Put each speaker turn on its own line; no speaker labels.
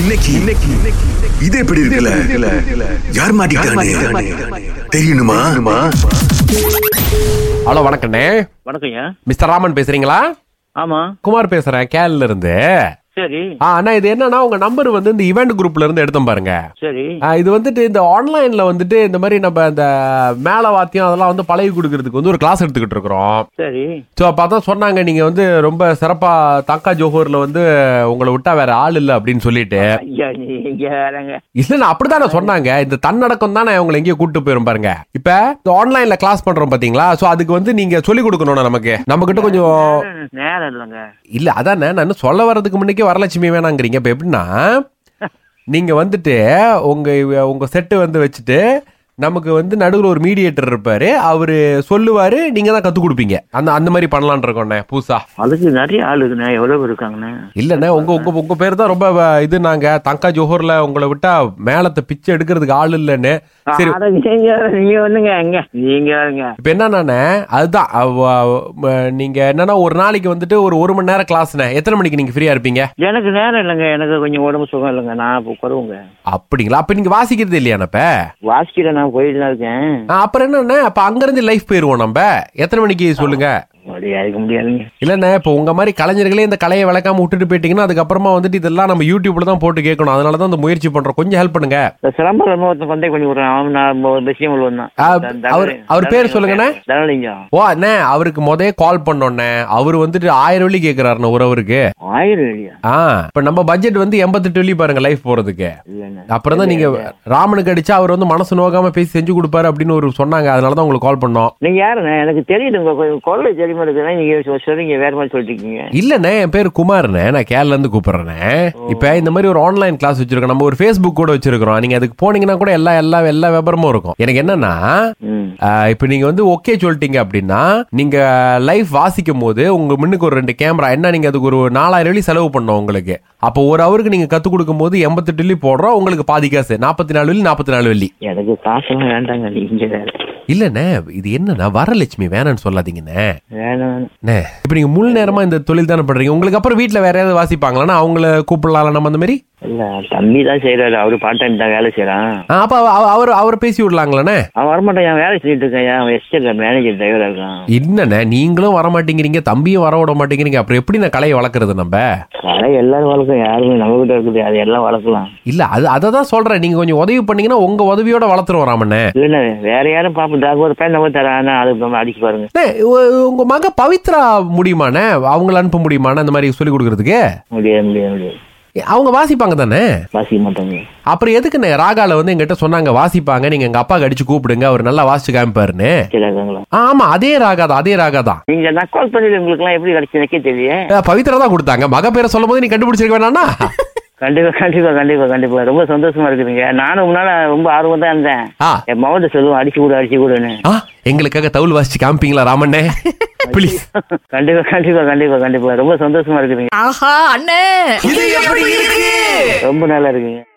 இன்னைக்கு இன்னைக்கு இது எப்படி இருக்குல்ல யார் மாட்டிக்கிட்டானே தெரியணுமா
ஹலோ வணக்கண்ணே
வணக்கங்க
மிஸ்டர் ராமன் பேசுறீங்களா
ஆமா
குமார் பேசுறேன் கேல்ல இருந்து
சரி
ஆ, அண்ணா இது என்னன்னா உங்க நம்பர் வந்து இந்த இவெண்ட் குரூப்ல இருந்து எடுத்தோம் பாருங்க
சரி
ஆ, இது வந்துட்டு இந்த ஆன்லைன்ல வந்துட்டு இந்த மாதிரி நம்ம இந்த மேல வாத்தியம் அதெல்லாம் வந்து பழகி கொடுக்கறதுக்கு வந்து ஒரு கிளாஸ் எடுத்துக்கிட்டு இருக்கிறோம்
சரி
ஸோ அப்போ அதான் சொன்னாங்க நீங்க வந்து ரொம்ப சிறப்பா தாக்கா ஜோஹர்ல வந்து உங்களை விட்டா வேற ஆள் இல்லை அப்படின்னு சொல்லிட்டு
ஐயா நீங்க வேறங்க
இல்ல அப்படித்தானே சொன்னாங்க இந்த தன்னடக்கம் தானே அவங்களை எங்கேயோ கூட்டு போயிரும் பாருங்க இப்ப இந்த ஆன்லைன்ல கிளாஸ் பண்றோம் பாத்தீங்களா சோ அதுக்கு வந்து நீங்க சொல்லி கொடுக்கணும் நமக்கு நம்ம கிட்ட கொஞ்சம்
நேரம் நேரம் இல்லைங்க
இல்ல அதானே நான் இன்னும் சொல்ல வர்றதுக்கு முன்னக்கே வரலட்சுமி வேணாங்கிறீங்க இப்ப எப்படின்னா நீங்க வந்துட்டு உங்க இவ- உங்க செட்டு வந்து வச்சுட்டு நமக்கு வந்து நடுவில் ஒரு மீடியேட்டர் இருப்பாரு அவரு சொல்லுவாரு நீங்க தான் கத்து கொடுப்பீங்க அந்த அந்த மாதிரி பண்ணலான் இருக்கோண்ணே புதுசா
அதுக்கு நிறைய ஆளுக்குண்ணே எவ்வளவு பேர் இருக்காங்கண்ணே
இல்லண்ணே உங்க உங்க உங்க பேர் தான் ரொம்ப வ- இது நாங்க தங்கா ஜோஹர்ல உங்களை விட்டா மேலத்தை பிச்சை எடுக்கிறதுக்கு ஆள் இல்லைன்னு சரி
அட, நீங்க நீங்க வந்துங்க எங்க நீங்க வேறங்க
இப்போ என்னன்னா அதுதான் அவ- அவ- ம- நீங்க என்னன்னா ஒரு நாளைக்கு வந்துட்டு ஒரு ஒரு மணி நேரம் கிளாஸ்ண்ணே எத்தனை மணிக்கு நீங்க ஃப்ரீயா இருப்பீங்க
எனக்கு நேரம் இல்லைங்க எனக்கு கொஞ்சம் உடம்பு சுகம் இல்லைங்க நான் இப்போ குறவுங்க
அப்படிங்களா அப்ப நீங்க வாசிக்கிறது இல்லையாண்ணா இப்ப
வாசிக்கிற நான் போயிட்டு தான் இருக்கேன்
ஆ, அப்புறம் என்னண்ணே அப்ப அங்கிருந்து லைஃப் போயிருவோம் நம்ம எத்தனை மணிக்கு சொல்லுங்க
அப்படியே இருக்க முடியாதுங்க
இல்லண்ணே இப்போ உங்க மாதிரி கலைஞர்களே இந்த கலையை விளக்காம விட்டுட்டு போயிட்டீங்கன்னா அதுக்கப்புறமா வந்துட்டு இதெல்லாம் நம்ம யூடியூப்ல தான் போட்டு கேட்கணும் அதனால தான் இந்த முயற்சி பண்றோம் கொஞ்சம் ஹெல்ப் பண்ணுங்க
இந்த சிலம்பரம் ஒருத்தன் கொண்டே கொஞ்சம் ஒரு அவன் நான் ஒரு விஷயம் ஒன்று வந்தான்
ஆ, அவர்- அவர் பேர் சொல்லுங்கண்ணே.
தனலிங்கம்
ஓ அண்ணே அவருக்கு முதல்ல கால் பண்ணோண்ணே அவர் வந்துட்டு ஆயிரம் வெள்ளி கேட்கிறாருண்ணே ஒரு அவருக்கு
ஆயிரம் இல்லையா
ஆ இப்ப நம்ம பட்ஜெட் வந்து எண்பத்தெட்டு வெள்ளி பாருங்க லைஃப் போறதுக்கு
இல்லைண்ணே
அப்புறம் தான் நீங்க ராமனுக்கு அடிச்சா அவர் வந்து மனசு நோகாம பேசி செஞ்சு கொடுப்பாரு அப்படின்னு ஒரு சொன்னாங்க அதனால தான் உங்களுக்கு கால் பண்ணோம்
நீங்க யாருண்ணே எனக்கு தெரியுது உங்க கொ- குரல் தெரியுமா இருக்குன்னா நீங்க சொ- சொல்றீங்க வேற மாதிரி சொல்லிட்டு இருக்கீங்க
இல்லண்ணே என் பேர் குமார்ண்ணே நான் கேரள இருந்து கூப்பிடுறேண்ணே இப்ப இந்த மாதிரி ஒரு ஆன்லைன் கிளாஸ் வச்சிருக்கோம் நம்ம ஒரு ஃபேஸ்புக் கூட வச்சிருக்கிறோம் நீங்க அதுக்கு போனீங்கன்னா கூட எல்லா எல்லா எல்லா விபரமும் இருக்கும் எனக்கு என்னன்னா
ம்.
ஆஹ், இப்ப நீங்க வந்து ஓகே சொல்லிட்டீங்க அப்படின்னா நீங்க லைஃப் வாசிக்கும் போது உங்க முன்னுக்கு ஒரு ரெண்டு கேமரா என்ன நீங்க அதுக்கு ஒரு நாலாயிரம் வெள்ளி செலவு பண்ணோம் உங்களுக்கு அப்போ ஒரு அவருக்கு நீங்க கத்து கொடுக்கும் போது எண்பத்தெட்டு வெள்ளி போடுறோம் உங்களுக்கு பாதி காசு நாற்பத்தி நாலு வெள்ளி நாற்பத்தி நாலு வெள்ளி
எனக்கு காசெல்லாம் வேண்டாங்க நீங்க வேற
இல்லண்ணே இது என்னன்னா வரலட்சுமி வேணான்னு சொல்லாதீங்கண்ணே
வேணாம் வேணாம்.
அண்ணே, இப்ப நீங்க முழு நேரமா இந்த தொழில் தானே பண்றீங்க உங்களுக்கு அப்புறம் வீட்ல வேற யாராவது வாசிப்பாங்களான்னா அவங்கள கூப்பிடலாம் நம்ம அந்த மாதிரி
இல்ல தம்பி தான் செய்யறாரு அவரு பார்ட் டைம் தான் வேலை செய்யறான்
ஆ, அப்ப அவ- அவ- அவர் அவர் பேசி விடலாங்களாண்ணே
அவன் வரமாட்டான் என் வேலை செஞ்சுட்டு இருக்கேன் அவன் எஸ்டேட்ல மேனேஜர் டிரைவரா இருக்கான்
என்னண்ணே நீங்களும் வர மாட்டேங்கிறீங்க தம்பியும் வர விட மாட்டேங்கிறீங்க அப்புறம் எப்படி நான் கலையை வளர்க்குறது நம்ம
கடை எல்லாரும் வளர்க்கும் யாருமே நம்ம கிட்ட இருக்குது அது எல்லாம் வளர்க்கலாம்
இல்ல அது அதை தான் சொல்றேன் நீங்க கொஞ்சம் உதவி பண்ணீங்கன்னா உங்க உதவியோட வளர்த்துருவோம் ராமண்ணே
இல்லண்ணே வேற யாரும் பாப்போம் டாக் ஒரு பையன் நம்ம தரான் அது நம்ம அடிச்சு பாருங்க
அண்ணே, உ- உங்க மக பவித்ரா முடியுமாண்ணே அவங்கள அனுப்ப முடியுமாண்ணே இந்த மாதிரி சொல்லி கொடுக்கறதுக்கு
முடியாது முடியாது முடியாது
அவங்க வாசிப்பாங்க தானே
வாசிக்க மாட்டாங்க
அப்புறம் எதுக்குண்ணே ராகால வந்து எங்கிட்ட சொன்னாங்க வாசிப்பாங்க நீங்க எங்க அப்பாக்கு அடிச்சு கூப்பிடுங்க அவர் நல்லா வாசிச்சு காமிப்பாருன்னு
சரி இருக்காங்களா
ஆ, ஆமா அதே ராகா தான் அதே ராகா தான்
நீங்க நான் கால் பண்ணி உங்களுக்கு எல்லாம் எப்படி கிடைச்சு எனக்கே தெரியும்
அஹ் பவித்ரா தான் கொடுத்தாங்க மக பேரை சொல்லும் போது நீ கண்டுபிடிச்சிருக்க வேணாம்னா
கண்டிப்பா கண்டிப்பா கண்டிப்பா கண்டிப்பா ரொம்ப சந்தோஷமா இருக்குதுங்க நானும் முன்னால ரொம்ப ஆர்வம் தான் இருந்தேன்
ஆ.
என் மகன்கிட்ட சொல்லுவேன் அடிச்சு கூடு அடிச்சு கூடுன்னு
ஆ, எங்களுக்காக தவுள் வாசிச்சு காமிப்பீங்களா ராமண்ணே ப்ளீஸ்
கண்டிப்பா கண்டிப்பா கண்டிப்பா கண்டிப்பா ரொம்ப சந்தோஷமா இருக்குதுங்க
ஆஹா அண்ணே
இது எப்படி இருக்கு
ரொம்ப நல்லா இருக்குங்க